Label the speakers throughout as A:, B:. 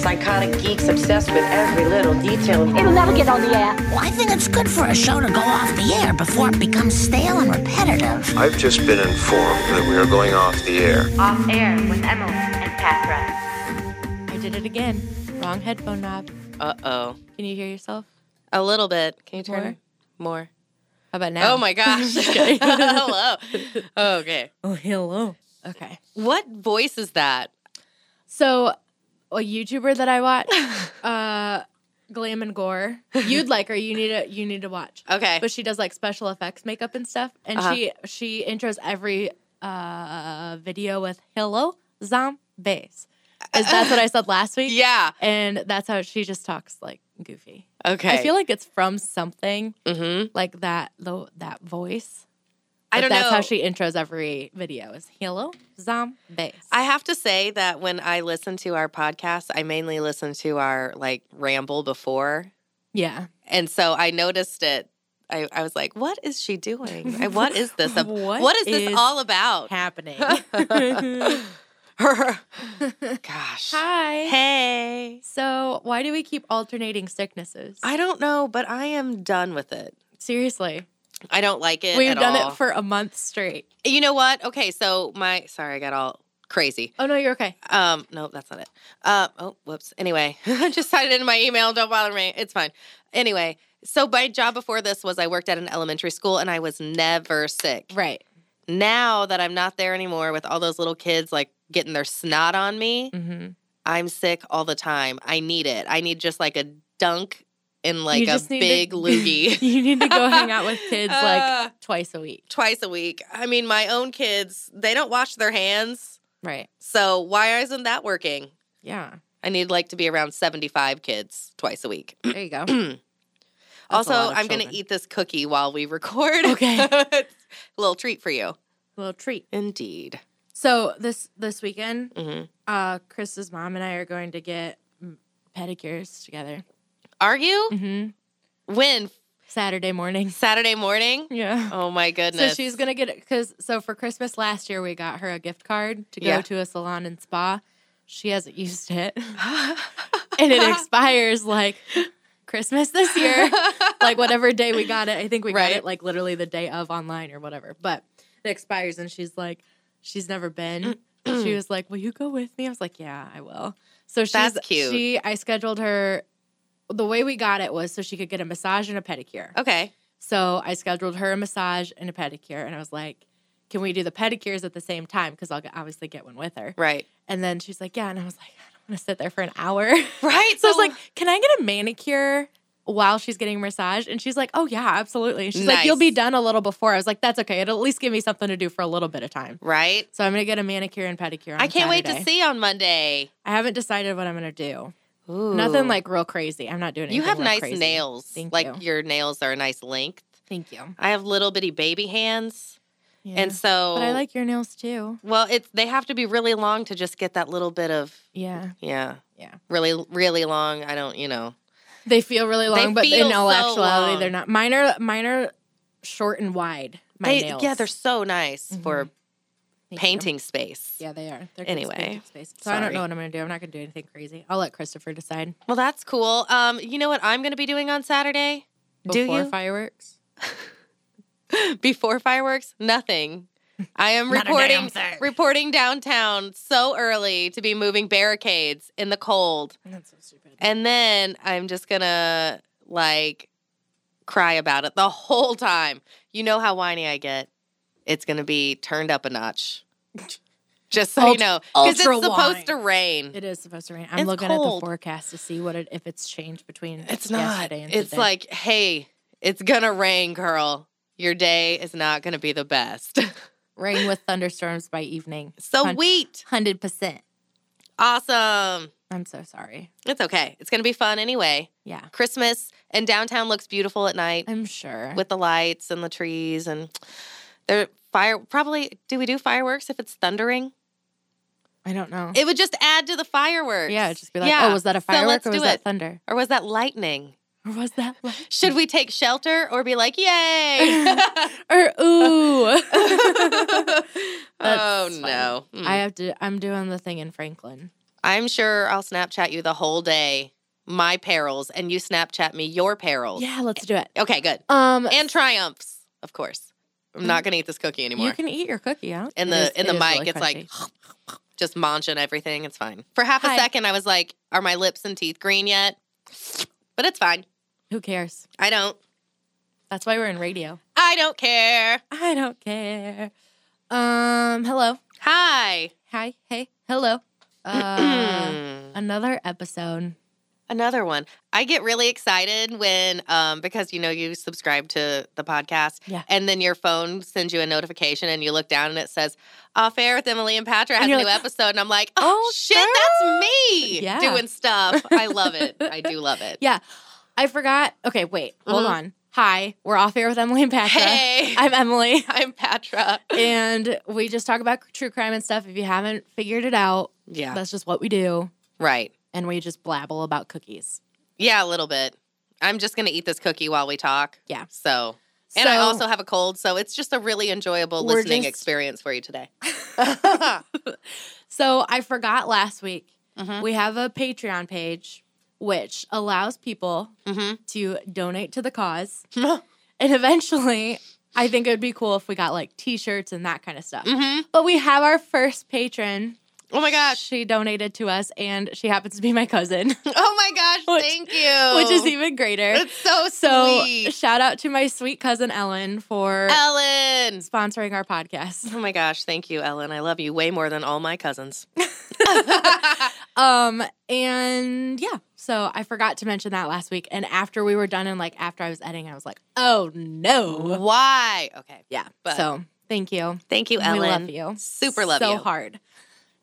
A: psychotic geeks obsessed with every little detail.
B: It'll never get on the air.
C: Well, I think it's good for a show to go off the air before it becomes stale and repetitive.
D: I've just been informed that we are going off the air.
E: Off air with Emily and Pat
F: I did it again. Wrong headphone knob.
G: Uh oh.
F: Can you hear yourself?
G: A little bit. Can you turn
F: More?
G: more?
F: How about now?
G: Oh my gosh.
F: Just kidding.
G: Hello. Okay.
F: oh, hello. Okay.
G: What voice is that?
F: So, a YouTuber that I watch, uh, Glam and Gore. You'd like her. You need to. You need to watch.
G: Okay.
F: But she does like special effects makeup and stuff, and
G: Uh-huh.
F: she she intros every uh video with "Hello zombies." Is that's what I said last week?
G: yeah.
F: And that's how she just talks like goofy.
G: Okay.
F: I feel like it's from something
G: hmm
F: like that. Though that voice.
G: I
F: But
G: don't
F: that's
G: know.
F: how she intros every video is "Hello zombies."
G: I have to say that when I listen to our podcast, I mainly listen to our like ramble before.
F: yeah.
G: And so I noticed it. I, I was like, what is she doing? I- What is this? ab-
F: What
G: what is
F: is
G: this all about?
F: Happening.
G: Gosh.
F: Hi.
G: Hey.
F: So, why do we keep alternating sicknesses?
G: I don't know, but I am done with it.
F: seriously.
G: I don't like it.
F: We've
G: at
F: done
G: all.
F: it for a month straight.
G: You know what? Okay, so my sorry, I got all crazy.
F: Oh no, you're okay.
G: Um, no, that's not it. Uh, oh, whoops. Anyway, I just typed it in my email. Don't bother me. It's fine. Anyway, so my job before this was I worked at an elementary school and I was never sick.
F: Right.
G: Now that I'm not there anymore with all those little kids like getting their snot on me,
F: Mm-hmm.
G: I'm sick all the time. I need it. I need just like a dunk and like a big
F: to,
G: loogie.
F: you need to go hang out with kids
G: Uh.
F: like twice a week.
G: Twice a week. I mean, my own kids, they don't wash their hands.
F: Right.
G: So why isn't that working?
F: Yeah.
G: I need like to be around 75 kids twice a week.
F: There you go.
G: also,
F: lot of
G: I'm going to
F: children.
G: eat this cookie while we record.
F: Okay.
G: a little treat for you.
F: little treat.
G: Indeed.
F: So this this weekend,
G: hmm
F: uh, Chris's mom and I are going to get mm, pedicures together.
G: Are you?
F: Mm-hmm.
G: When?
F: Saturday morning.
G: Saturday morning?
F: Yeah.
G: Oh my
F: So
G: goodness.
F: she's gonna get it because so for Christmas last year we got her a gift card to go
G: Yeah.
F: to a salon and spa. She hasn't used it, and it expires like Christmas this year, like whatever day we got it. I think we got it
G: Right.
F: like literally the day of online or whatever, but it expires. And she's like, she's never been. she was like, "Will you go with me?" I was like, "Yeah, I will." So she's
G: That's cute.
F: She I scheduled her. The way we got it was so she could get a massage and a pedicure.
G: okay.
F: So I scheduled her a massage and a pedicure, and I was like, "Can we do the pedicures at the same time? Because I'll get- obviously get one with her."
G: Right.
F: And then she's like, "Yeah," and I was like, "I don't want to sit there for an hour."
G: Right.
F: so I was like, "Can I get a manicure?" While she's getting a massage, and she's like, "Oh yeah, absolutely." She's like, "You'll be
G: Nice.
F: done a little before." I was like, "That's okay. It'll at least give me something to do for a little bit of time."
G: right.
F: So I'm gonna get a manicure and pedicure. On
G: I can't wait to
F: Saturday.
G: see on Monday.
F: I haven't decided what I'm gonna do.
G: Ooh.
F: Nothing like real crazy. I'm not doing.
G: You
F: anything
G: have
F: real
G: nice
F: crazy.
G: nails.
F: Thank
G: like
F: you.
G: your nails are a nice length.
F: Thank you.
G: I have little bitty baby hands.
F: Yeah.
G: And so
F: but I like your nails too.
G: Well, it's they have to be really long to just get that little bit of
F: Yeah.
G: yeah,
F: Yeah.
G: really really long. I don't, you know,
F: They feel really long, but
G: feel
F: in all
G: so
F: actuality,
G: long.
F: they're not. Mine are mine are short and wide. My
G: they,
F: nails, Mm-hmm.
G: yeah, they're so nice for
F: Thank you.
G: painting space.
F: Yeah, they are. They're good
G: Anyway,
F: space, good space. so I don't
G: sorry.
F: know what I'm gonna do. I'm not gonna do anything crazy. I'll let Christopher decide.
G: Well, that's cool. Um, you know what I'm going to be doing on Saturday?
F: Before
G: do you
F: fireworks?
G: before fireworks? Nothing. I am
C: Not a damn
G: reporting
C: thing.
G: reporting downtown so early to be moving barricades in the cold,
F: That's so stupid.
G: and then I'm just gonna like cry about it the whole time. You know how whiny I get. It's gonna be turned up a notch. Just so you
F: Ult-
G: know, because it's
F: ultra
G: supposed
F: whine.
G: to rain.
F: It is supposed to rain. I'm
G: It's
F: looking at the
G: cold.
F: forecast to see what it if it's changed between.
G: It's not.
F: yesterday And
G: It's
F: today.
G: like, hey, it's gonna rain, girl. Your day is not gonna be the best.
F: rain with thunderstorms by evening.
G: so wheat,
F: Hundred percent.
G: awesome.
F: I'm so sorry.
G: It's okay. It's gonna be fun anyway.
F: Yeah,
G: Christmas and downtown looks beautiful at night
F: I'm sure.
G: with the lights and the trees and there fire. Probably do we do fireworks if it's thundering?
F: I don't know.
G: It would just add to the fireworks.
F: Mm. yeah, it'd just be like,
G: Yeah.
F: oh, was that a
G: So
F: firework
G: let's
F: or
G: do
F: was that Mm.
G: it.
F: thunder
G: or was that lightning?
F: or was that?
G: Should we take shelter or be like, yay?
F: or ooh.
G: oh
F: fine.
G: no. Hmm. Mm.
F: I have to. I'm doing the thing in Franklin.
G: I'm sure I'll Snapchat you the whole day my perils and you Snapchat me your perils.
F: Yeah, let's do it.
G: Okay, good.
F: Um,
G: And triumphs, of course. I'm not going to eat this cookie anymore.
F: Mm-hmm. you can eat your cookie out
G: in the in the mic, it's like just munching everything. It's fine. For half a
F: Hi.
G: second, I was like, "Are my lips and teeth green yet?" But it's fine.
F: who cares?
G: I don't.
F: That's why we're in radio.
G: I don't care.
F: I don't care. Um, hello,
G: Hi.
F: hi, hey, hello. Uh, another episode.
G: Hmm. Another one. I get really excited when, um, because you know you subscribe to the podcast,
F: Yeah.
G: and then your phone sends you a notification, and you look down and it says, "Off air with Emily and Patra has a
F: And you're
G: new
F: like,
G: episode," and I'm like, "Oh,
F: Oh,
G: shit,
F: girl."
G: that's me
F: Yeah.
G: doing stuff." I love it. I do love it.
F: Yeah, I forgot. Okay, wait, hold
G: Mhm.
F: on. Hi, we're off air with Emily and Patrick.
G: Hey,
F: I'm Emily,
G: I'm Patra.
F: and we just talk about true crime and stuff. If you haven't figured it out,
G: Yeah.
F: that's just what we do,
G: Right.
F: and we just blabble about cookies.
G: Yeah, a little bit. I'm just going to eat this cookie while we talk.
F: Yeah.
G: So, and I
F: So-
G: also have a cold, so it's just a really enjoyable
F: We're
G: listening
F: just-
G: experience for you today.
F: So I forgot last week.
G: Mhm.
F: We have a Patreon page which allows people
G: Mm-hmm.
F: to donate to the cause. And eventually, I think it would be cool if we got like t shirts and that kind of stuff.
G: Mm-hmm.
F: But we have our first patron.
G: Oh my gosh.
F: She donated to us, and she happens to be my cousin,
G: Oh my gosh.
F: Which-
G: thank you.
F: which is even greater.
G: It's Oh. so
F: So,
G: sweet.
F: shout out to my sweet cousin Ellen for
G: Ellen.
F: sponsoring our podcast.
G: Oh my gosh. Thank you, Ellen. I love you way more than all my cousins.
F: Um, and yeah, so I forgot to mention that last week. And after we were done, and like after I was editing, I was like, oh no.
G: Why? Okay.
F: Yeah.
G: But-
F: so, thank you.
G: Thank you, Ellen.
F: We love you.
G: Super love
F: so
G: you.
F: hard.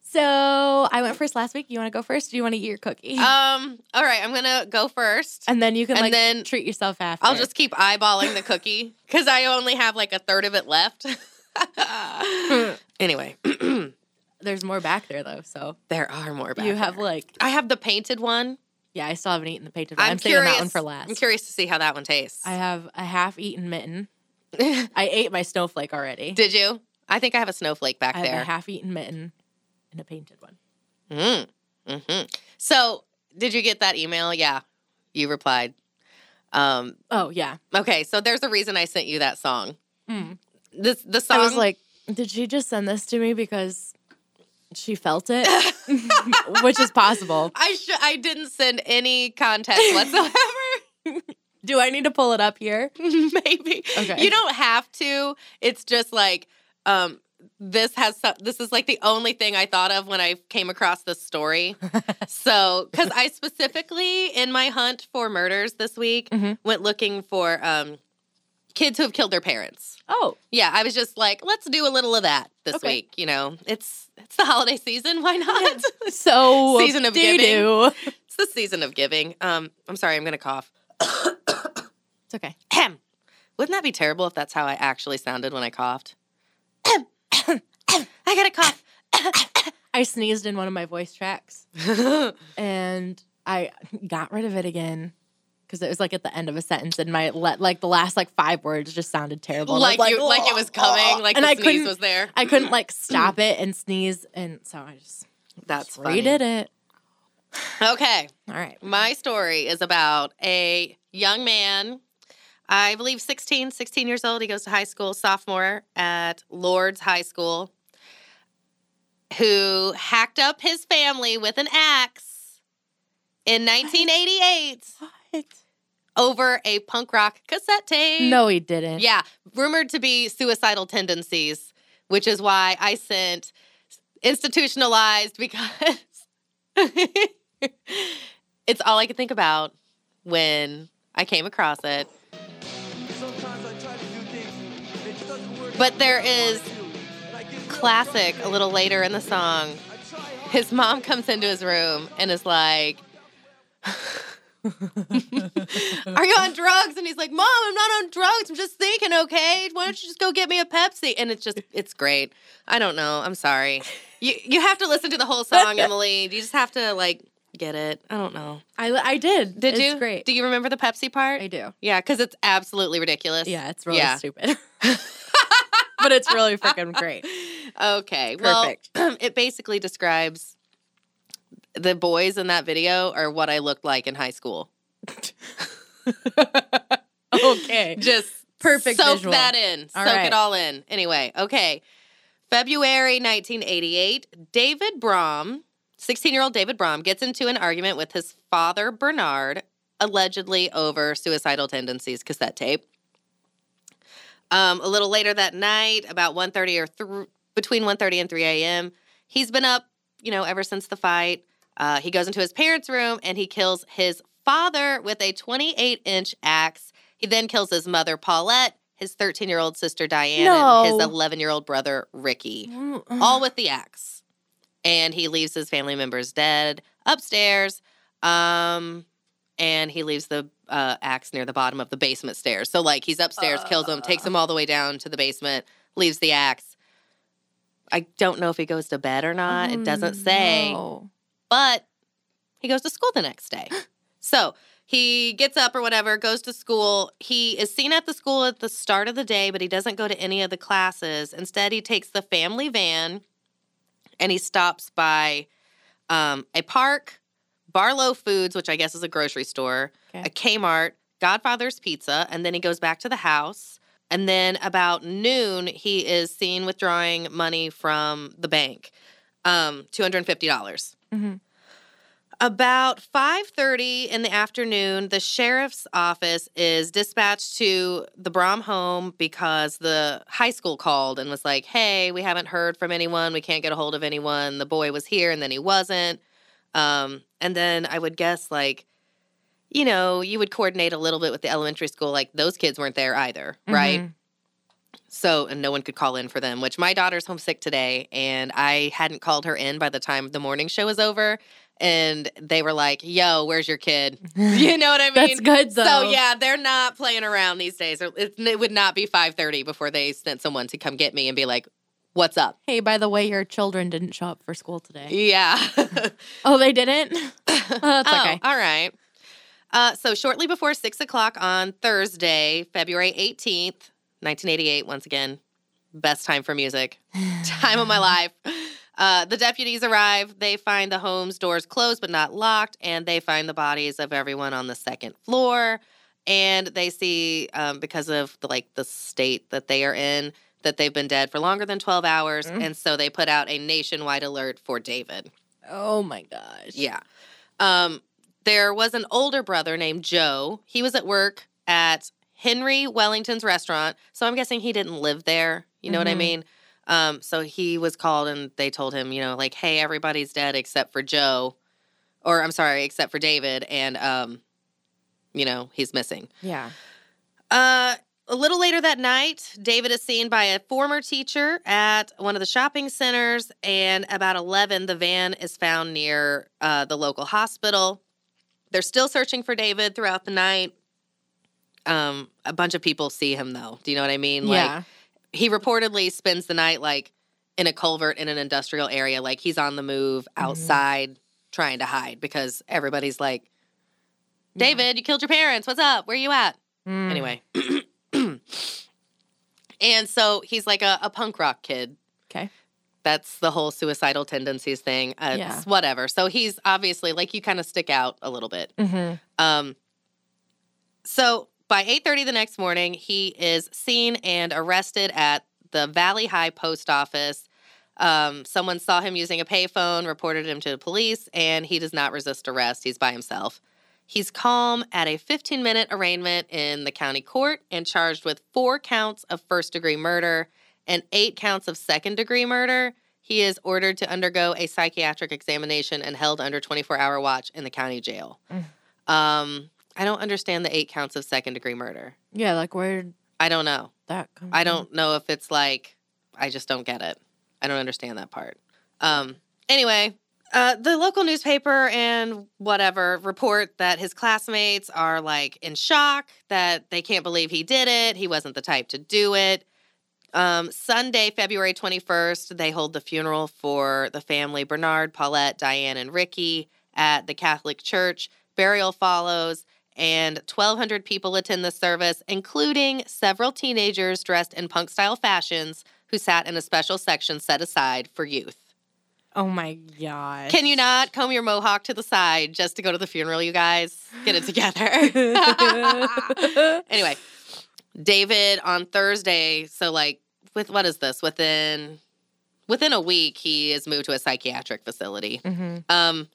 F: So I went first last week. You want to go first? Do you want to eat your cookie?
G: Um, all right. I'm going to go first.
F: and then you can
G: and
F: like
G: then-
F: treat yourself after.
G: I'll just keep eyeballing the cookie because I only have like a third of it left. anyway,
F: There's more back there though, so
G: there are more. Back
F: you have
G: there.
F: like
G: I have the painted one.
F: yeah. I still haven't eaten the painted. one.
G: I'm,
F: I'm saving
G: curious.
F: that one for last.
G: I'm curious to see how that one tastes.
F: I have a half-eaten mitten. I ate my snowflake already.
G: Did you? I think I have a snowflake back
F: I have a
G: there.
F: half-eaten mitten and a painted one.
G: Mm. hmm So, did you get that email? Yeah, you replied. Um,
F: Oh yeah.
G: okay, so there's a reason I sent you that song.
F: Mm.
G: This the song
F: I was like, did she just send this to me because she felt it, which is possible.
G: I sh- I didn't send any context whatsoever.
F: Do I need to pull it up here?
G: maybe
F: Okay.
G: you don't have to it's just like um this has so- this is like the only thing i thought of when i came across this story so because i specifically in my hunt for murders this week
F: Mhm.
G: went looking for um kids who have killed their parents
F: Oh,
G: yeah i was just like let's do a little of that this
F: Okay.
G: week you know it's it's the holiday season why not
F: so
G: Season of
F: doo-doo.
G: giving. it's the season of giving um i'm sorry i'm gonna cough
F: It's okay.
G: Ahem. Wouldn't that be terrible if that's how I actually sounded when I coughed? I got a cough.
F: I sneezed in one of my voice tracks and I got rid of it again because it was like at the end of a sentence and my le- like the last like five words just sounded terrible. And I
G: like
F: was
G: you, like it was coming, like
F: And
G: the
F: I
G: sneeze
F: couldn't-
G: was there.
F: I couldn't like stop it and sneeze and so I just
G: That's funny.
F: redid it.
G: Okay,
F: All right.
G: my story is about a young man. I believe 16, 16 years old. He goes to high school, sophomore at Lord's High School, who hacked up his family with an axe in 1988
F: What?
G: over a punk rock cassette tape.
F: No, he didn't.
G: Yeah, rumored to be suicidal tendencies, which is why I sent institutionalized because it's all I could think about when I came across it.
B: But there is
G: Classic, a little later in the song, his mom comes into his room and is like, Are you on drugs? And he's like, Mom, I'm not on drugs. I'm just thinking, okay? Why don't you just go get me a Pepsi? And it's just, it's great. I don't know. I'm sorry. You, you have to listen to the whole song, Emily. You just have to, like, get it. I don't know.
F: I, I did.
G: Did
F: it's
G: you?
F: great.
G: Do you remember the Pepsi part?
F: I do.
G: Yeah, because it's absolutely ridiculous.
F: Yeah, it's really
G: Yeah.
F: stupid. but it's really freaking great.
G: Okay.
F: Perfect.
G: Well, it basically describes the boys in that video are what I looked like in high school.
F: okay.
G: Just
F: Perfect
G: Soak
F: visual.
G: that in.
F: All
G: soak
F: right.
G: it all in. Anyway, okay. February 1988, David Brom, 16 year old David Brom, gets into an argument with his father, Bernard, allegedly over suicidal tendencies cassette tape. Um, a little later that night, about 1.30 or thr between 1.30 and 3 a.m., he's been up, you know, ever since the fight. Uh, he goes into his parents' room and he kills his father with a 28-inch axe. He then kills his mother, Paulette, his 13-year-old sister, Diane, and his
F: No.
G: 11-year-old brother, Ricky,
F: All
G: all with the axe. And he leaves his family members dead upstairs. Um, and he leaves the uh, axe near the bottom of the basement stairs. So, like, he's upstairs, kills him, takes him all the way down to the basement, leaves the axe. I don't know if he goes to bed or not. it doesn't
F: Mm,
G: say,
F: Oh, No.
G: but he goes to school the next day. so he gets up or whatever, goes to school. He is seen at the school at the start of the day, but he doesn't go to any of the classes. Instead, he takes the family van and he stops by um, a park, Barlow Foods, which I guess is a grocery store,
F: Okay.
G: a Kmart, Godfather's Pizza, and then he goes back to the house. And then about noon, he is seen withdrawing money from the bank, um, $250.
F: Mhm.
G: About 5:30 in the afternoon, the sheriff's office is dispatched to the Brom home because the high school called and was like, "Hey, we haven't heard from anyone. We can't get a hold of anyone. The boy was here and then he wasn't." Um, and then I would guess like you know, you would coordinate a little bit with the elementary school like those kids weren't there either, right?
F: Mhm.
G: So, and no one could call in for them, which my daughter's homesick today. And I hadn't called her in by the time the morning show was over. And they were like, yo, where's your kid? You know what I mean?
F: That's good though.
G: So yeah, they're not playing around these days. Or It, it would not be 5:30 before they sent someone to come get me and be like, "What's up?"
F: Hey, by the way, your children didn't show up for school today.
G: Yeah.
F: Oh, they didn't? Oh, that's
G: Oh,
F: okay.
G: All right. Uh, so shortly before six o'clock on Thursday, February 18th, 1988, once again, best time for music, time of my life. Uh, the deputies arrive. They find the home's doors closed but not locked, and they find the bodies of everyone on the second floor. And they see, um, because of the, like the state that they are in, that they've been dead for longer than 12 hours,
F: Mm.
G: and so they put out a nationwide alert for David.
F: Oh my gosh.
G: Yeah. Um, there was an older brother named Joe. He was at work at Henry Wellington's restaurant. So I'm guessing he didn't live there. You know what I
F: Mhm.
G: mean? Um, so he was called and they told him, you know, like, hey, everybody's dead except for Joe. Or I'm sorry, except for David. And, um, you know, he's missing.
F: Yeah.
G: Uh, a little later that night, David is seen by a former teacher at one of the shopping centers, and about 11, the van is found near uh, the local hospital. They're still searching for David throughout the night. Um, a bunch of people see him, though. Do you know what I mean? Like,
F: yeah.
G: he reportedly spends the night, like, in a culvert in an industrial area. Like, he's on the move outside trying to hide because everybody's like, David, you killed your parents. What's up? Where you at?
F: Mm.
G: Anyway. and so he's like a, a punk rock kid.
F: Okay.
G: That's the whole suicidal tendencies thing. Uh,
F: Yeah.
G: it's Whatever. So he's obviously like you kind of stick out a little bit.
F: Mhm.
G: Um, so by 8:30 the next morning, he is seen and arrested at the Valley High post office. Um, someone saw him using a payphone, reported him to the police, and he does not resist arrest. He's by himself. He's calm at a 15 minute arraignment in the county court and charged with four counts of first degree murder and eight counts of second degree murder. He is ordered to undergo a psychiatric examination and held under 24 hour watch in the county jail. Um, I don't understand the eight counts of second degree murder.
F: Yeah, like where did
G: I don't know.
F: that come
G: I don't know if it's like I just don't get it. I don't understand that part. Um anyway, uh the local newspaper and whatever report that his classmates are like in shock that they can't believe he did it. He wasn't the type to do it. Um, Sunday, February 21st, they hold the funeral for the family Bernard, Paulette, Diane, and Ricky at the Catholic Church. Burial follows, and 1,200 people attend the service, including several teenagers dressed in punk style fashions who sat in a special section set aside for youth.
F: Oh my god.
G: Can you not comb your mohawk to the side just to go to the funeral, you guys? Get it together.
F: Mm-hmm.
G: anyway, David on Thursday, so like with what is this? Within within a week, he is moved to a psychiatric facility.
F: Mhm.
G: Um,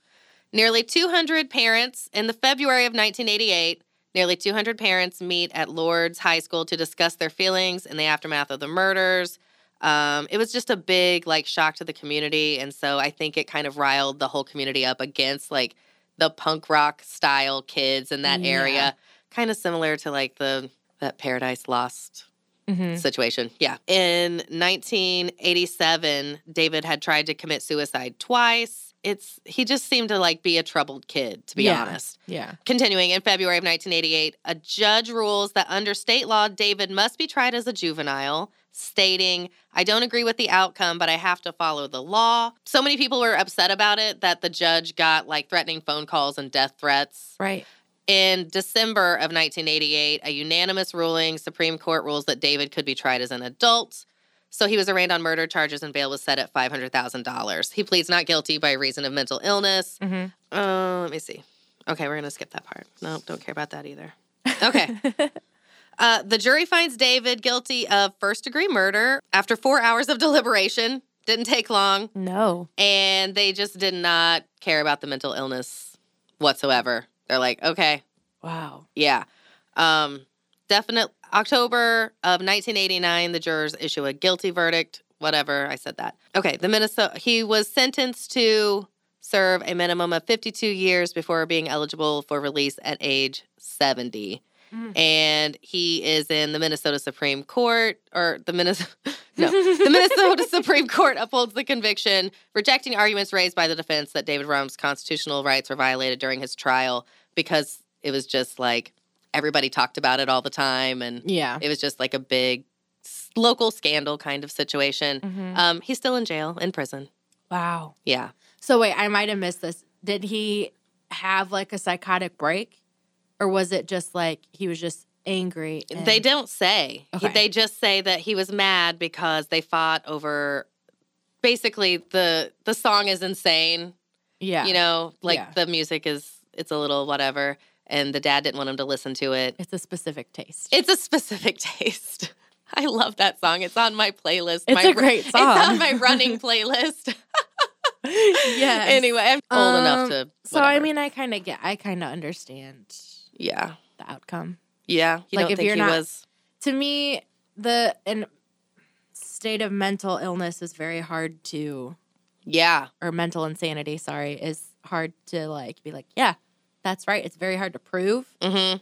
G: nearly 200 parents in the February of 1988. Nearly 200 parents meet at Lourdes High School to discuss their feelings in the aftermath of the murders. Um, it was just a big like shock to the community, and so I think it kind of riled the whole community up against like the punk rock style kids in that
F: Yeah.
G: area, kind of similar to like the that Paradise Lost
F: Mhm.
G: situation. Yeah. In 1987, David had tried to commit suicide twice. It's he just seemed to like be a troubled kid, to be
F: Yeah.
G: honest.
F: Yeah.
G: Continuing in February of 1988, a judge rules that under state law, David must be tried as a juvenile, stating, I don't agree with the outcome, but I have to follow the law. So many people were upset about it that the judge got like threatening phone calls and death threats.
F: Right.
G: In December of 1988, a unanimous ruling, Supreme Court rules that David could be tried as an adult. So he was arraigned on murder charges and bail was set at $500,000. He pleads not guilty by reason of mental illness.
F: Mhm.
G: Uh, let me see. Okay, we're going to skip that part. Nope, don't care about that either. Okay. Uh, the jury finds David guilty of first degree murder after four hours of deliberation. Didn't take long
F: No.
G: and they just did not care about the mental illness whatsoever. They're like, okay,
F: Wow.
G: yeah. Um, definite October of 1989, the jurors issue a guilty verdict. Whatever, I said that. Okay, the Minnesota, he was sentenced to serve a minimum of 52 years before being eligible for release at age 70.
F: Mm.
G: And he is in the Minnesota Supreme Court, or the Minnesota, no, the Minnesota Supreme Court upholds the conviction, rejecting arguments raised by the defense that David Rum's constitutional rights were violated during his trial because it was just like everybody talked about it all the time and
F: Yeah.
G: it was just like a big s- local scandal kind of situation.
F: Mhm.
G: Um, he's still in jail, in prison.
F: Wow.
G: Yeah.
F: So wait, I might have missed this. Did he have like a psychotic break, or was it just like he was just angry? and-
G: They don't say. He-
F: Okay.
G: They just say that he was mad because they fought over basically the the song is insane.
F: Yeah.
G: You know, like
F: Yeah.
G: the music is it's a little whatever and the dad didn't want him to listen to it.
F: it's a specific taste.
G: It's a specific taste. I love that song. It's on my playlist.
F: It's
G: my
F: a great song.
G: It's on my running playlist.
F: Yes.
G: Anyway, I'm old enough
F: Um,
G: to.
F: So I
G: whatever.
F: mean, I kind of get, I kind of understand
G: yeah,
F: the outcome.
G: yeah. You
F: Like,
G: don't
F: if
G: think
F: you're
G: he
F: not-
G: was?
F: To me, the and state of mental illness is very hard to,
G: Yeah,
F: or mental insanity, sorry, is hard to like be like, yeah, that's right. It's very hard to prove
G: hmm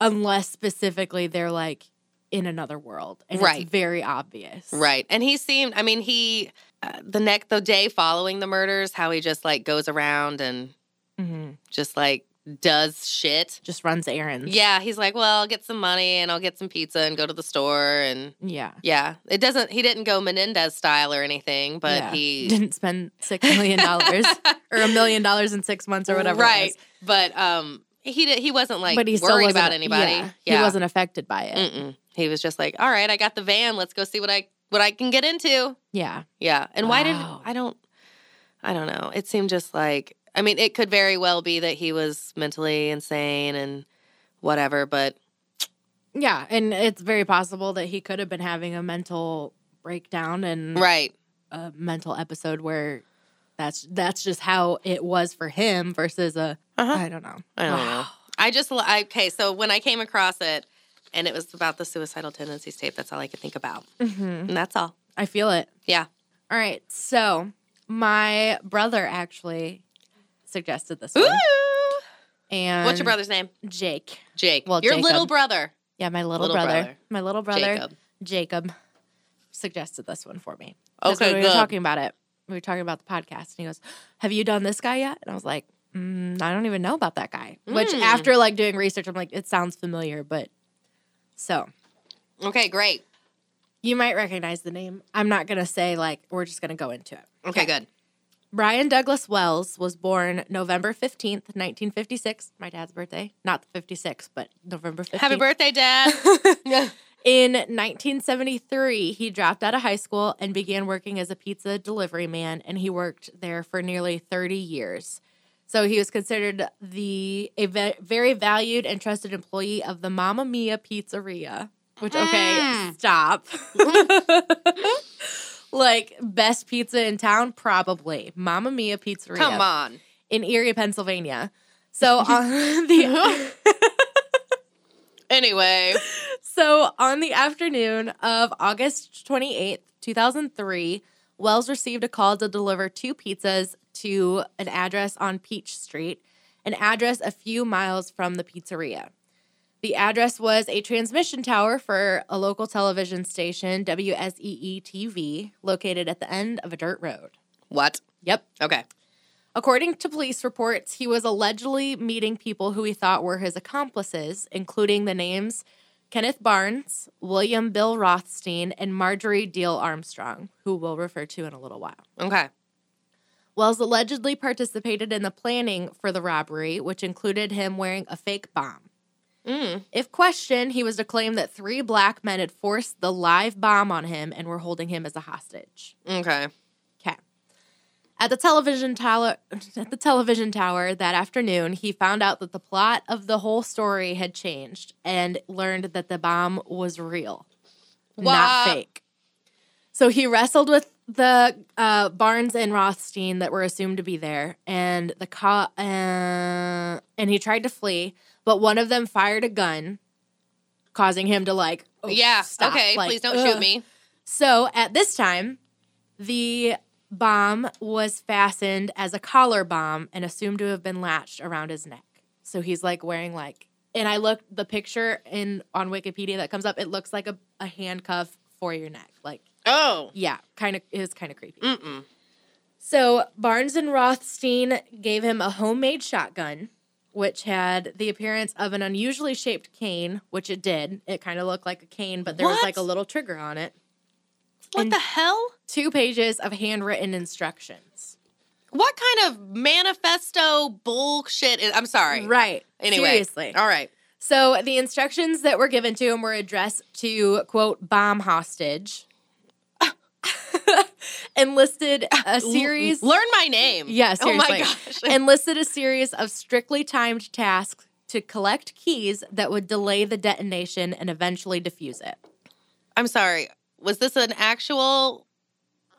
F: unless specifically they're like in another world, and
G: Right.
F: It's very obvious,
G: right. And he seemed. I mean, he uh, the next the day following the murders, how he just like goes around and
F: hmm
G: just like does shit.
F: Just runs errands.
G: Yeah, he's like, well, I'll get some money and I'll get some pizza and go to the store and
F: Yeah.
G: yeah. It doesn't. He didn't go Menendez style or anything, but
F: Yeah.
G: he
F: didn't spend six million dollars or a million dollars in six months or whatever. it
G: Right.
F: was.
G: But um, he did, he wasn't like
F: but he still
G: worried
F: wasn't-
G: about anybody.
F: yeah,
G: Yeah, Mm.
F: he wasn't affected by it.
G: Mm-mm. He was just like, all right, I got the van. Let's go see what I what I can get into.
F: Yeah,
G: Yeah. And why did
F: Wow.
G: I don't I don't know. It seemed just like I mean, it could very well be that he was mentally insane and whatever. But
F: yeah, and it's very possible that he could have been having a mental breakdown and
G: right,
F: a mental episode where that's that's just how it was for him versus a
G: Uh-huh.
F: I don't know.
G: I don't
F: Wow.
G: know. I just li- I, okay. So when I came across it, and it was about the suicidal tendencies tape. That's all I could think about,
F: Mhm.
G: and that's all.
F: I feel it.
G: Yeah.
F: All right, so my brother actually suggested this
G: Ooh.
F: one, and
G: What's your brother's name?
F: Jake.
G: Jake.
F: Well,
G: your
F: Jacob.
G: little brother.
F: Yeah, my little,
G: Little
F: brother,
G: brother.
F: my little brother
G: Jacob.
F: Jacob suggested this one for me. 'Cause
G: Okay,
F: when we
G: good.
F: were talking about it. We were talking about the podcast, and he goes, "Have you done this guy yet?" And I was like, mm, "I don't even know about that guy." Which,
G: Mm.
F: after like doing research, I'm like, it sounds familiar, but so
G: Okay, great.
F: you might recognize the name. I'm not gonna say like we're just gonna go into it.
G: Okay, good.
F: Brian Douglas Wells was born November 15th, 1956. My dad's birthday, not the 56, but November 15th.
G: Happy birthday, Dad.
F: In 1973, he dropped out of high school and began working as a pizza delivery man, and he worked there for nearly 30 years. So he was considered the a ve- very valued and trusted employee of the Mamma Mia Pizzeria, which okay, stop. like best pizza in town probably. Mamma Mia Pizzeria
G: Come on.
F: in Erie, Pennsylvania. So on the
G: Anyway,
F: So on the afternoon of August 28th, 2003, Wells received a call to deliver two pizzas to an address on Peach Street, an address a few miles from the pizzeria. The address was a transmission tower for a local television station, E WSEE TV, located at the end of a dirt road.
G: what?
F: Yep.
G: Okay.
F: According to police reports, he was allegedly meeting people who he thought were his accomplices, including the names Kenneth Barnes, William Bill Rothstein, and Marjorie Deal Armstrong, who we'll refer to in a little while.
G: Okay.
F: Wells allegedly participated in the planning for the robbery, which included him wearing a fake bomb. If questioned, he was to claim that three black men had forced the live bomb on him and were holding him as a hostage.
G: Okay.
F: Okay. At the television tower, at the television tower that afternoon, he found out that the plot of the whole story had changed and learned that the bomb was real, not
G: What?
F: fake. So he wrestled with the uh, Barnes and Rothstein that were assumed to be there, and the co- uh, and he tried to flee, but one of them fired a gun, causing him to like oh,
G: yeah.
F: stop,
G: okay.
F: like,
G: Please don't
F: ugh.
G: shoot me.
F: So at this time, the bomb was fastened as a collar bomb and assumed to have been latched around his neck. So he's like wearing like, and I looked the picture in on Wikipedia that comes up. It looks like a, a handcuff for your neck, like
G: Oh.
F: yeah, kind of is kind of creepy.
G: Mm-mm.
F: So Barnes and Rothstein gave him a homemade shotgun, which had the appearance of an unusually shaped cane, which it did. It kind of looked like a cane, but there was
G: What?
F: like a little trigger on it.
G: What the hell?
F: two pages of handwritten instructions.
G: What kind of manifesto bullshit is I'm sorry.
F: Right.
G: Anyway.
F: Seriously.
G: All right.
F: So the instructions that were given to him were addressed to, quote, bomb hostage. and listed a series.
G: Ah, Learn my name.
F: Yeah,
G: Oh my
F: seriously.
G: gosh.
F: and listed a series of strictly timed tasks to collect keys that would delay the detonation and eventually defuse it.
G: I'm sorry. Was this an actual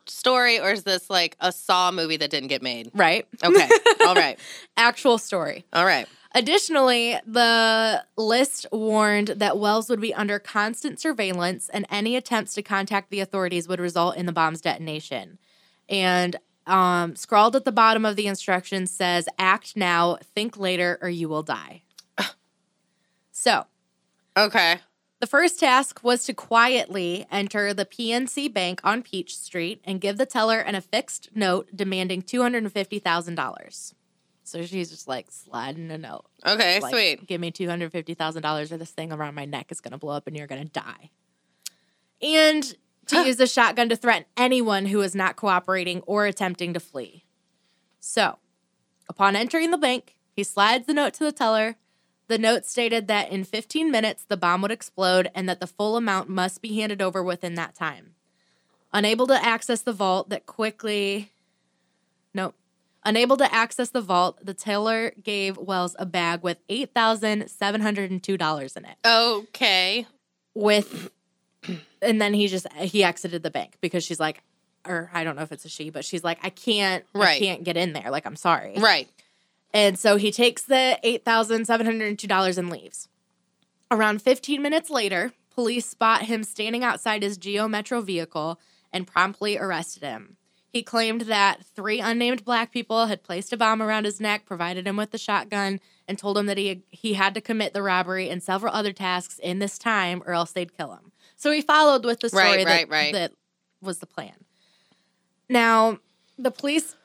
G: story or is this like a Saw movie that didn't get made?
F: Right?
G: Okay. All right.
F: Actual story.
G: All right.
F: Additionally, the list warned that Wells would be under constant surveillance and any attempts to contact the authorities would result in the bomb's detonation. And um, scrawled at the bottom of the instructions says, Act now, think later, or you will die. so,
G: Okay.
F: the first task was to quietly enter the PNC Bank on Peach Street and give the teller an affixed note demanding $250,000. So she's just like sliding a note
G: Okay.
F: like,
G: sweet.
F: Give me two hundred fifty thousand dollars, or this thing around my neck is going to blow up, and you're going to die. And to use a shotgun to threaten anyone who is not cooperating or attempting to flee. So, upon entering the bank, he slides the note to the teller. The note stated that in 15 minutes the bomb would explode and that the full amount must be handed over within that time. Unable to access the vault, that quickly Nope. Unable to access the vault, the tailor gave Wells a bag with $8,702 in it.
G: Okay.
F: With and then he just he exited the bank because she's like or I don't know if it's a she, but she's like I can't I
G: Right.
F: can't get in there. Like I'm sorry.
G: Right.
F: And so he takes the $8,702 and leaves. Around 15 minutes later, police spot him standing outside his Geo Metro vehicle and promptly arrested him. He claimed that three unnamed black people had placed a bomb around his neck, provided him with the shotgun, and told him that he he had to commit the robbery and several other tasks in this time or else they'd kill him. So he followed with the story
G: Right,
F: that,
G: right, right.
F: that was the plan. Now, the police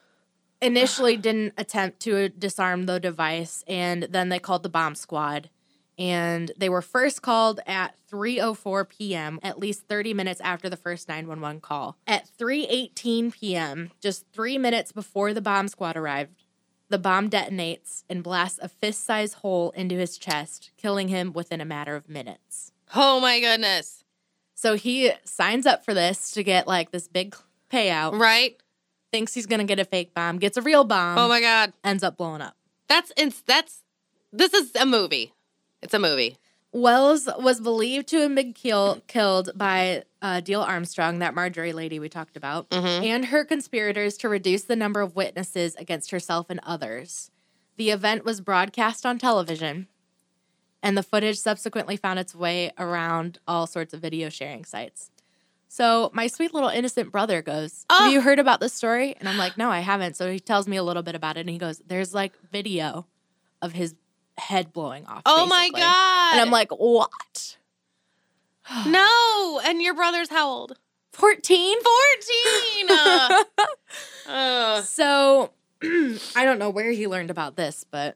F: initially didn't attempt to disarm the device and then they called the bomb squad and they were first called at 3:04 p.m. at least 30 minutes after the first 911 call. At 3:18 p.m., just 3 minutes before the bomb squad arrived, the bomb detonates and blasts a fist-sized hole into his chest, killing him within a matter of minutes.
G: Oh my goodness.
F: So he signs up for this to get like this big payout,
G: Right?
F: thinks he's going to get a fake bomb, gets a real bomb,
G: Oh my God.
F: ends up blowing up.
G: That's ins- that's this is a movie. It's a movie.
F: Wells was believed to have been kill- killed by uh, Deal Armstrong, that Marjorie lady we talked about,
G: Mm-hmm.
F: and her conspirators to reduce the number of witnesses against herself and others. The event was broadcast on television, and the footage subsequently found its way around all sorts of video sharing sites. So my sweet little innocent brother goes,
G: Ah!
F: "Have you heard about this story?" And I'm like, "No, I haven't." So he tells me a little bit about it, and he goes, "There's like video of his head blowing off."
G: Oh my
F: basically."
G: God.
F: And I'm like, what?
G: no. And your brother's how old?
F: 14?
G: 14. Uh, uh,
F: So I don't know where he learned about this, but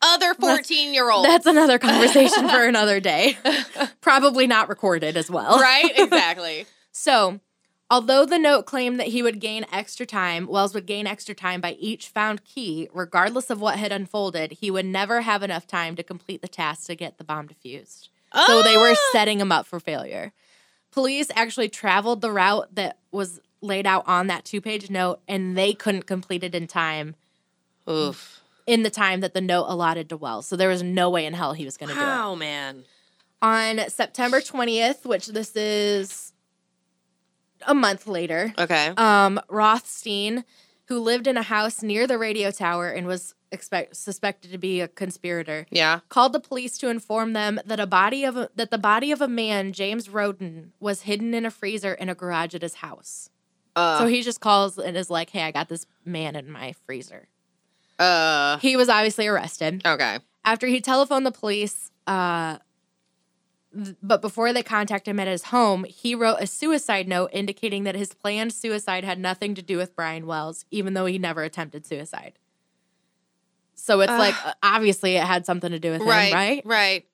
G: other 14 year old.
F: that's another conversation for another day. Probably not recorded as well.
G: right? Exactly.
F: So, although the note claimed that he would gain extra time, Wells would gain extra time by each found key, regardless of what had unfolded, he would never have enough time to complete the task to get the bomb defused. So they were setting him up for failure. Police actually traveled the route that was laid out on that two page note, and they couldn't complete it in time. Oh.
G: Oof.
F: In the time that the note allotted to Wells. So there was no way in hell he was going to do it
G: Wow, man.
F: on September 20th, which this is a month later.
G: Okay.
F: Um, Rothstein, who lived in a house near the radio tower and was expect- suspected to be a conspirator,
G: yeah.
F: called the police to inform them that a body of a- that the body of a man, James Roden, was hidden in a freezer in a garage at his house.
G: Uh,
F: so he just calls and is like, "Hey, I got this man in my freezer."
G: uh,
F: He was obviously arrested
G: okay.
F: after he telephoned the police, uh, th- but before they contacted him at his home, he wrote a suicide note indicating that his planned suicide had nothing to do with Brian Wells, even though he never attempted suicide. So it's like uh, obviously it had something to do with
G: Right.
F: him, right?
G: Right.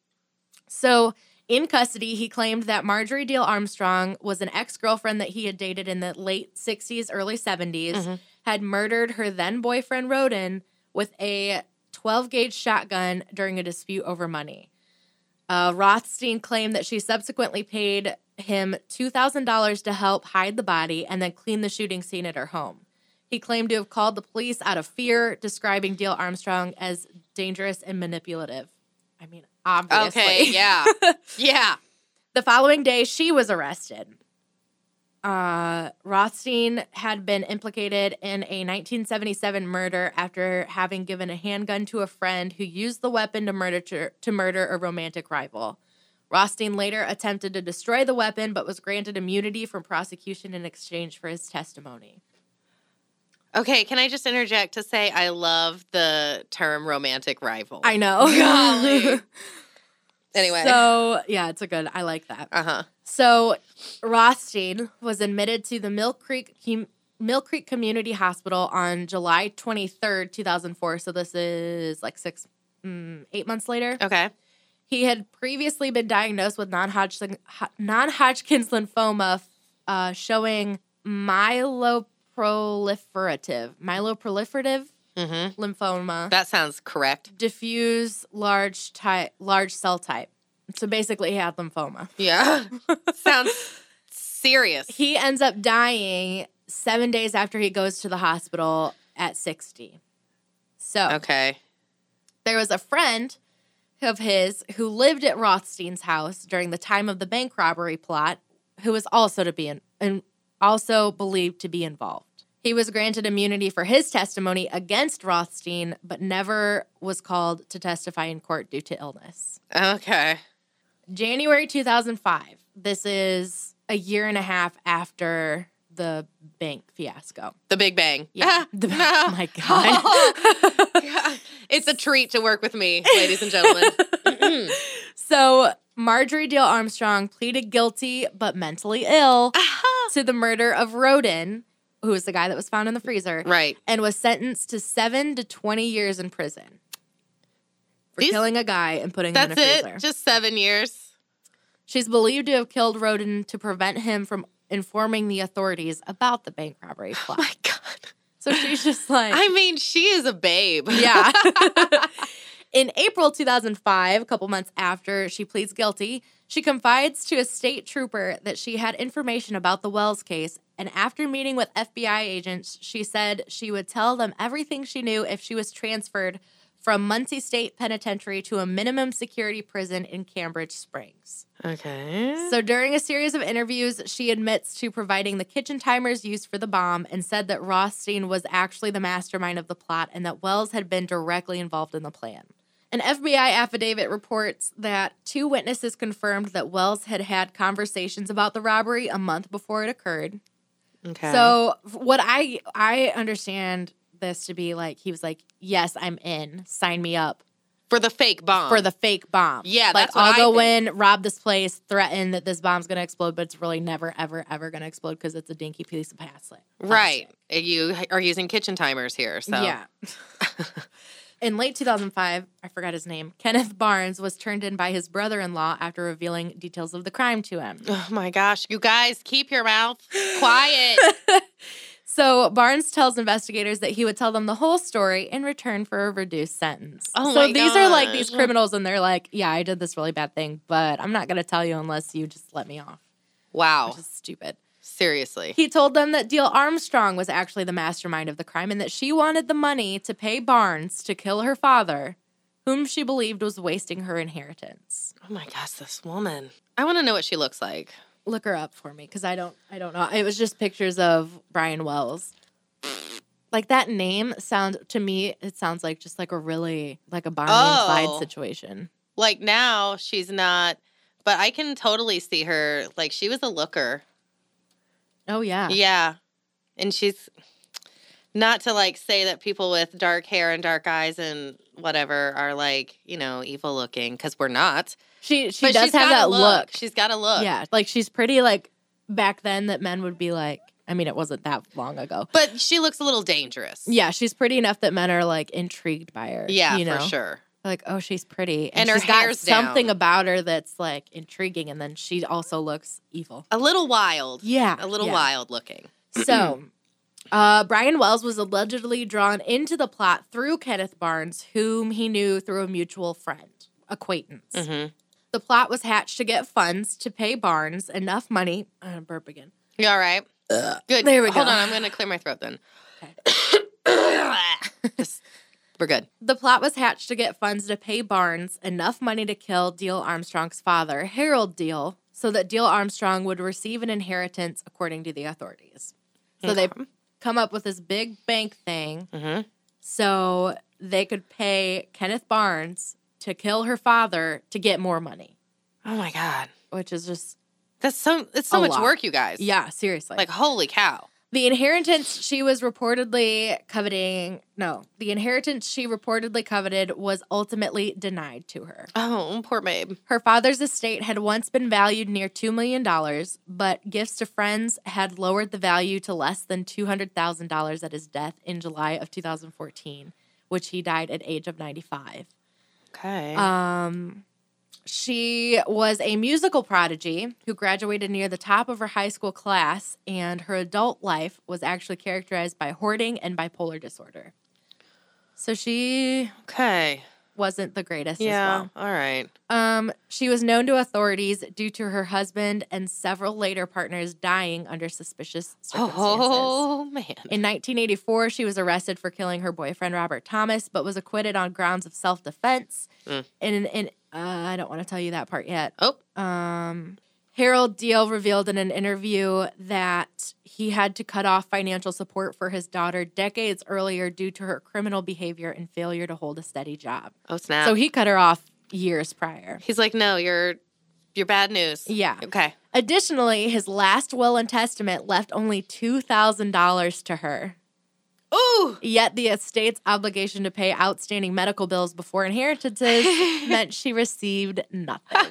F: So in custody, he claimed that Marjorie Deal Armstrong was an ex girlfriend that he had dated in the late 60s, early 70s,
G: Mm-hmm.
F: had murdered her then boyfriend Roden with a 12 gauge shotgun during a dispute over money. Uh, Rothstein claimed that she subsequently paid him $2,000 to help hide the body and then clean the shooting scene at her home. He claimed to have called the police out of fear, describing Deal Armstrong as dangerous and manipulative. I mean, obviously.
G: Okay. Yeah. yeah.
F: The following day, she was arrested. Uh, Rothstein had been implicated in a 1977 murder after having given a handgun to a friend who used the weapon to murder to murder a romantic rival. Rothstein later attempted to destroy the weapon, but was granted immunity from prosecution in exchange for his testimony.
G: Okay. Can I just interject to say I love the term romantic rival?
F: I know.
G: Golly. anyway.
F: So yeah, it's a good. I like that.
G: uh huh.
F: So Rothstein was admitted to the Mill Creek Com- Mill Creek Community Hospital on July 23rd, 2004. So this is like six, mm, eight months later.
G: Okay.
F: He had previously been diagnosed with non-Hodgkin, ho- non-Hodgkin's lymphoma, uh, showing myeloproliferative myeloproliferative
G: Mm-hmm.
F: lymphoma,
G: That sounds correct.
F: diffuse large type large cell type. So basically, he had lymphoma.
G: Yeah. Sounds serious.
F: He ends up dying seven days after he goes to the hospital at 60. So
G: Okay.
F: there was a friend of his who lived at Rothstein's house during the time of the bank robbery plot, who was also to be in, and also believed to be involved. He was granted immunity for his testimony against Rothstein, but never was called to testify in court due to illness.
G: Okay.
F: January 2005. This is a year and a half after the bank fiasco.
G: The Big Bang.
F: Yeah.
G: Ah,
F: The-
G: no.
F: my God.
G: God. It's a treat to work with me, ladies and gentlemen.
F: so, Marjorie Deal Armstrong pleaded guilty but mentally ill
G: Uh-huh.
F: to the murder of Roden, who was the guy that was found in the freezer,
G: right.
F: and was sentenced to seven to 20 years in prison for
G: These-
F: killing a guy and putting him
G: That's
F: in a freezer.
G: it. Just seven years.
F: She's believed to have killed Roden to prevent him from informing the authorities about the bank robbery plot.
G: Oh My God.
F: So she's just like,
G: I mean, she is a babe.
F: yeah. In April 2005, a couple months after she pleads guilty, she confides to a state trooper that she had information about the Wells case. And after meeting with FBI agents, she said she would tell them everything she knew if she was transferred from Muncie State Penitentiary to a minimum security prison in Cambridge Springs.
B: Okay.
F: So during a series of interviews, she admits to providing the kitchen timers used for the bomb and said that Rothstein was actually the mastermind of the plot and that Wells had been directly involved in the plan. An FBI affidavit reports that two witnesses confirmed that Wells had had conversations about the robbery a month before it occurred.
B: Okay.
F: So f- what I I understand this to be like he was like, "Yes, I'm in. Sign me up."
G: for the fake bomb.
F: for the fake bomb.
G: Um, Yeah,
F: like
G: that's what
F: I'll
G: I
F: go
G: think.
F: in, rob this place, threaten that this bomb's gonna explode, but it's really never, ever, ever gonna explode because it's a dinky piece of plastic.
G: right. You are using kitchen timers here, so
F: Yeah. in late 2005, I forgot his name. Kenneth Barnes was turned in by his brother-in-law after revealing details of the crime to him.
G: Oh my gosh, you guys keep your mouth quiet.
F: So Barnes tells investigators that he would tell them the whole story in return for a reduced sentence.
G: Oh
F: so
G: my
F: these are like these
G: gosh.
F: criminals, and they're like, "Yeah, I did this really bad thing, but I'm not gonna tell you unless you just let me off."
G: wow,
F: Which is stupid.
G: seriously.
F: He told them that Deal Armstrong was actually the mastermind of the crime and that she wanted the money to pay Barnes to kill her father, whom she believed was wasting her inheritance.
G: Oh my gosh, this woman. I want to know what she looks like.
F: Look her up for me cuz I don't I don't know. It was just pictures of Brian Wells. Like that name sounds to me it sounds like just like a really like a Bonnie and
G: Oh.
F: Clyde situation.
G: Like now, she's not, but I can totally see her. Like she was a looker.
F: Oh yeah.
G: Yeah. And she's not to like say that people with dark hair and dark eyes and whatever are like, you know, evil looking because we're not.
F: She she
G: But
F: does
G: she's
F: have
G: got a
F: that look.
G: She's got a look.
F: Yeah, like she's pretty like back then that men would be like I mean it wasn't that long ago.
G: But she looks a little dangerous.
F: Yeah, she's pretty enough that men are like intrigued by her.
G: Yeah,
F: you know?
G: for sure.
F: Like, oh, she's pretty,
G: And her
F: she's got
G: hair's down.
F: something about her that's like intriguing, and then she also looks evil.
G: A little wild.
F: Yeah,
G: A little
F: yeah.
G: wild looking.
F: So, uh, Brian Wells was allegedly drawn into the plot through Kenneth Barnes, whom he knew through a mutual friend acquaintance.
G: Mhm.
F: The plot was hatched to get funds to pay Barnes enough money. I'm gonna burp again.
G: You all right? Good.
F: There we
G: Hold
F: go.
G: on. I'm going to clear my throat then. Just- we're good.
F: The plot was hatched to get funds to pay Barnes enough money to kill Deal Armstrong's father, Harold Deal, so that Deal Armstrong would receive an inheritance according to the authorities. So they come up with this big bank thing
G: Mhm.
F: so they could pay Kenneth Barnes to kill her father to get more money,
G: Oh my God.
F: which is just,
G: That's so, it's so
F: A
G: much
F: lot.
G: work, you guys.
F: yeah, seriously.
G: Like, holy cow.
F: The inheritance she was reportedly coveting, no, the inheritance she reportedly coveted was ultimately denied to her.
G: Oh, poor babe.
F: Her father's estate had once been valued near $2 million, but gifts to friends had lowered the value to less than $200,000 at his death in July of 2014, which he died at age of 95.
G: Okay.
F: Um, she was a musical prodigy who graduated near the top of her high school class, and her adult life was actually characterized by hoarding and bipolar disorder. So she
G: okay.
F: wasn't the greatest as
G: Yeah.
F: well.
G: All right.
F: Um, she was known to authorities due to her husband and several later partners dying under suspicious circumstances.
G: Oh, man.
F: In 1984, she was arrested for killing her boyfriend Robert Thomas, but was acquitted on grounds of self-defense.
G: Mm.
F: And, and uh, I don't want to tell you that part yet.
G: oh,
F: Um, Harold Deal revealed in an interview that he had to cut off financial support for his daughter decades earlier due to her criminal behavior and failure to hold a steady job.
G: oh, snap.
F: So he cut her off years prior.
G: he's like, no, you're, you're bad news.
F: Yeah.
G: Okay.
F: Additionally, his last will and testament left only $2,000 to her.
G: Ooh.
F: Yet the estate's obligation to pay outstanding medical bills before inheritances meant she received nothing.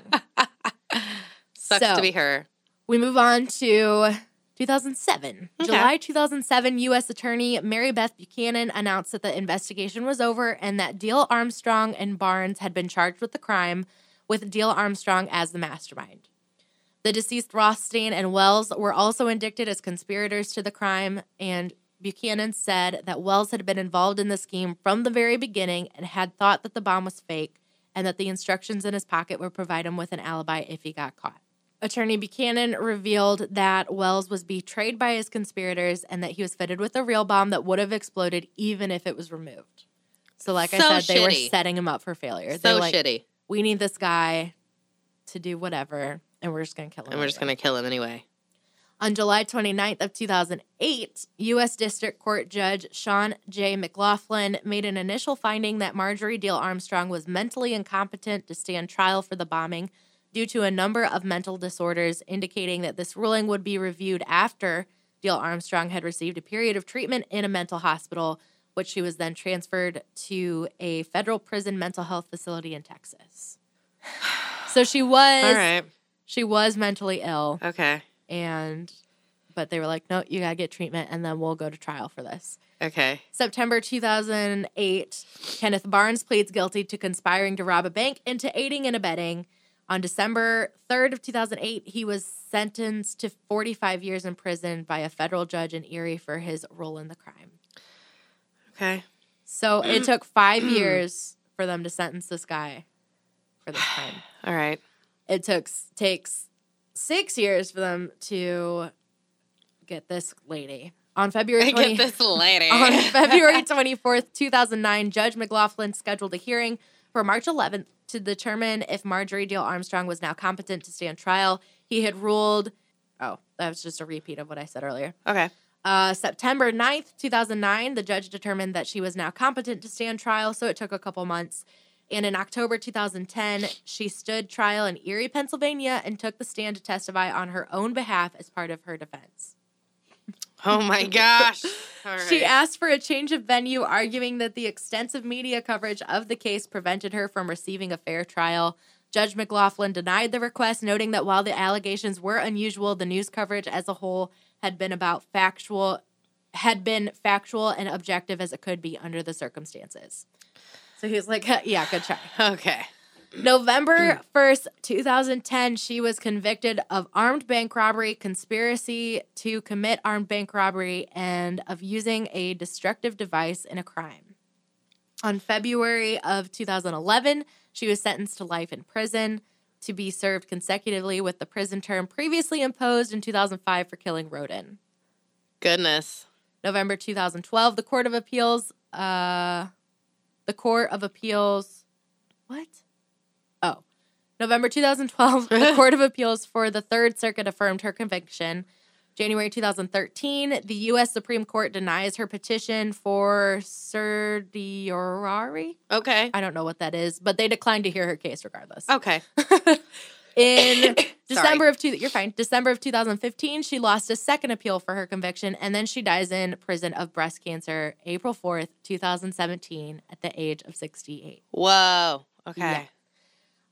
G: Sucks
F: So-
G: to be her.
F: We move on to 2007.
G: Okay.
F: July 2007, U.S. Attorney Mary Beth Buchanan announced that the investigation was over and that Deal Armstrong and Barnes had been charged with the crime, with Deal Armstrong as the mastermind. The deceased Rothstein and Wells were also indicted as conspirators to the crime, and Buchanan said that Wells had been involved in the scheme from the very beginning and had thought that the bomb was fake and that the instructions in his pocket would provide him with an alibi if he got caught. Attorney Buchanan revealed that Wells was betrayed by his conspirators and that he was fitted with a real bomb that would have exploded even if it was removed. So, like I
G: So
F: said, they were
G: shitty.
F: setting him up for failure. They're
G: So
F: like,
G: shitty.
F: We need this guy to do whatever, and we're just going to kill him.
G: And we're just
F: anyway."
G: going to kill him anyway.
F: On July 29th of 2008, U.S. District Court Judge Sean J. McLaughlin made an initial finding that Marjorie Deal Armstrong was mentally incompetent to stand trial for the bombing due to a number of mental disorders, indicating that this ruling would be reviewed after Deal Armstrong had received a period of treatment in a mental hospital, which she was then transferred to a federal prison mental health facility in Texas. So she was
G: All right.
F: she was mentally ill
G: Okay.
F: and but they were like, no, you gotta get treatment, and then we'll go to trial for this.
G: Okay.
F: September 2008, Kenneth Barnes pleads guilty to conspiring to rob a bank and to aiding and abetting. On December 3rd of 2008, he was sentenced to 45 years in prison by a federal judge in Erie for his role in the crime.
G: Okay.
F: So it took five years for them to sentence this guy for this crime.
G: All right.
F: it took takes six years for them to get this lady on February
G: Get
F: 20,
G: this lady.
F: on February 24th, 2009. Judge McLaughlin scheduled a hearing for March 11th to determine if Marjorie Deal Armstrong was now competent to stand trial. He had ruled. Oh, that was just a repeat of what I said earlier.
G: Okay.
F: Uh, September 9th, 2009, the judge determined that she was now competent to stand trial, so it took a couple months. And in October 2010, she stood trial in Erie, Pennsylvania, and took the stand to testify on her own behalf as part of her defense.
G: Oh my gosh. All right.
F: She asked for a change of venue, arguing that the extensive media coverage of the case prevented her from receiving a fair trial. Judge McLaughlin denied the request, noting that while the allegations were unusual, the news coverage as a whole had been about factual had been factual and objective as it could be under the circumstances. So he was like, yeah, good try.
G: okay.
F: November 1st, 2010, she was convicted of armed bank robbery, conspiracy to commit armed bank robbery, and of using a destructive device in a crime. On February of 2011, she was sentenced to life in prison to be served consecutively with the prison term previously imposed in 2005 for killing Rodin.
G: Goodness.
F: November 2012, the Court of Appeals, uh, the Court of Appeals, what? Oh, November 2012, the Court of Appeals for the Third Circuit affirmed her conviction. January 2013, the U.S. Supreme Court denies her petition for certiorari.
G: Okay.
F: I don't know what that is, but they declined to hear her case regardless.
G: Okay.
F: In December of two, you're fine. December of 2015, she lost a second appeal for her conviction, and then she dies in prison of breast cancer, April 4th, 2017, at the age of 68.
G: Whoa. Okay.
F: Yeah.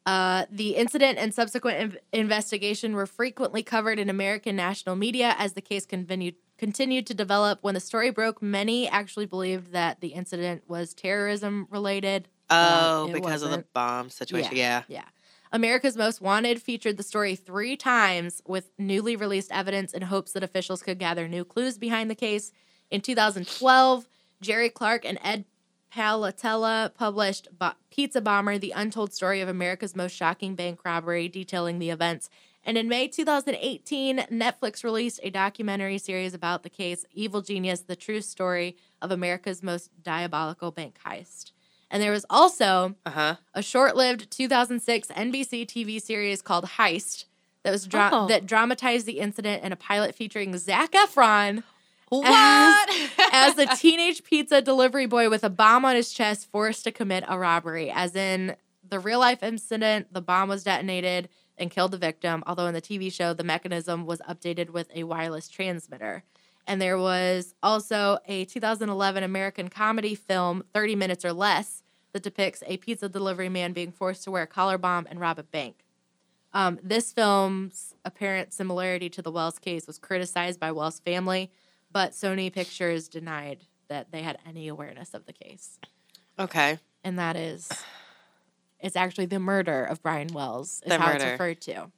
F: Uh, the incident and subsequent inv- investigation were frequently covered in American national media as the case continued continued to develop. When the story broke, many actually believed that the incident was terrorism related.
G: Oh,
F: Um, it
G: because of the
F: wasn't.
G: bomb situation. Yeah.
F: Yeah. America's Most Wanted featured the story three times with newly released evidence in hopes that officials could gather new clues behind the case. In 2012, Jerry Clark and Ed Palatella published Bo- Pizza Bomber, the untold story of America's most shocking bank robbery, detailing the events. And in May 2018, Netflix released a documentary series about the case, Evil Genius, the true story of America's most diabolical bank heist. And there was also
G: Uh huh.
F: a short-lived 2006 NBC TV series called Heist that was dra-
B: Oh.
F: that dramatized the incident in a pilot featuring Zach Efron
G: What?
F: as a teenage pizza delivery boy with a bomb on his chest forced to commit a robbery. As in the real-life incident, the bomb was detonated and killed the victim, although in the TV show the mechanism was updated with a wireless transmitter. And there was also a 2011 American comedy film 30 minutes or less that depicts a pizza delivery man being forced to wear a collar bomb and rob a bank. Um, this film's apparent similarity to the Wells case was criticized by Wells' family, but Sony Pictures denied that they had any awareness of the case.
G: okay.
F: And that is, it's actually the murder of Brian Wells, is
G: The
F: how it's
G: murder.
F: referred to.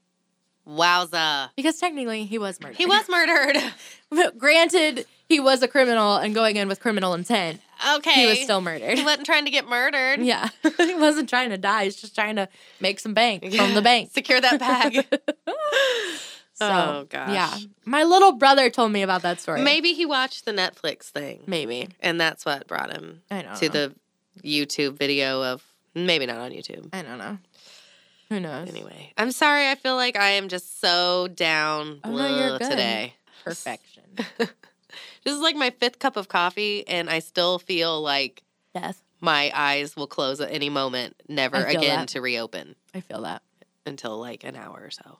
G: Wowza.
F: Because technically, he was murdered.
G: He was murdered.
F: Granted, he was a criminal and going in with criminal intent.
G: Okay.
F: He was still murdered.
G: He wasn't trying to get murdered.
F: Yeah. he wasn't trying to die. He's just trying to make some bank from the bank.
G: Secure that bag.
F: So,
G: Oh, gosh.
F: Yeah. My little brother told me about that story.
G: Maybe he watched the Netflix thing.
F: Maybe.
G: And that's what brought him
F: I don't
G: to
F: know.
G: the YouTube video of maybe not on YouTube.
F: I don't know. Who knows?
G: Anyway, I'm sorry. I feel like I am just so down
F: Oh, no, you're
G: blah
F: good.
G: today.
F: Perfection.
G: This is like my fifth cup of coffee, and I still feel like
F: Death.
G: my eyes will close at any moment, never
F: I feel
G: again
F: that.
G: to reopen
F: I feel that.
G: until like an hour or so.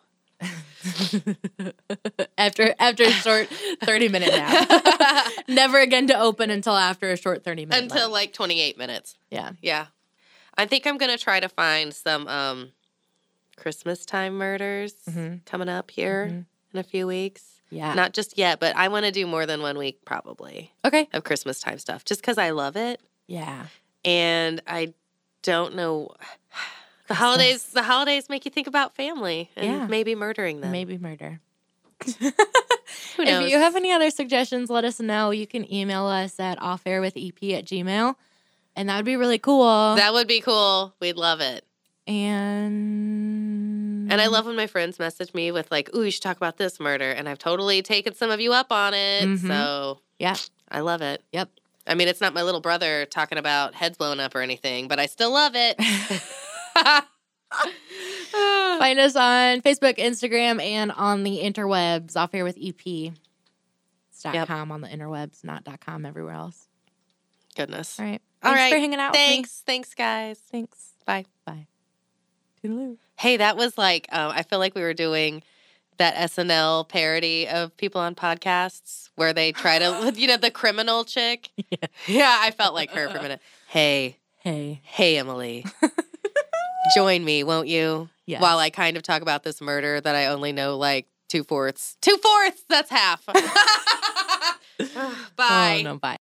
F: after after a short 30 minute nap. Never again to open until after a short 30 minute
G: Until
F: nap.
G: like 28 minutes.
F: Yeah.
G: Yeah. I think I'm going to try to find some um, Christmas time murders
F: Mhm.
G: coming up here
F: Mhm.
G: in a few weeks.
F: Yeah.
G: Not just yet, but I want to do more than one week probably
F: okay.
G: of Christmas time stuff just because I love it.
F: Yeah.
G: And I don't know. The holidays, the holidays make you think about family and
F: Yeah.
G: maybe murdering them.
F: Maybe murder.
G: Who knows?
F: If you have any other suggestions, let us know. You can email us at offairwithep at gmail. And that would be really cool.
G: that would be cool. We'd love it.
F: and
G: And I love when my friends message me with like, "Ooh, you should talk about this murder," and I've totally taken some of you up on it.
F: Mhm.
G: So
F: Yeah.
G: I love it.
F: Yep.
G: I mean, it's not my little brother talking about heads blown up or anything, but I still love it.
F: Find us on Facebook, Instagram, and on the interwebs. Off air with EP. It's dot
G: Yep.
F: com on the interwebs, not dot com everywhere else.
G: Goodness.
F: All right.
G: All
F: Thanks for
G: right.
F: hanging out.
G: Thanks. Thanks, guys.
F: With me. Thanks.
G: Bye.
F: Bye. Toodaloo.
G: Hey, that was like um, I feel like we were doing that SNL parody of people on podcasts where they try to, you know, the criminal chick. Yeah, I felt like her for a minute. Hey,
F: Hey.
G: hey, Emily, join me, won't you?
F: Yes. Oh,
G: While I kind of talk about this murder that I only know like two fourths, two fourths. That's half. Bye.
F: Oh, no. Bye.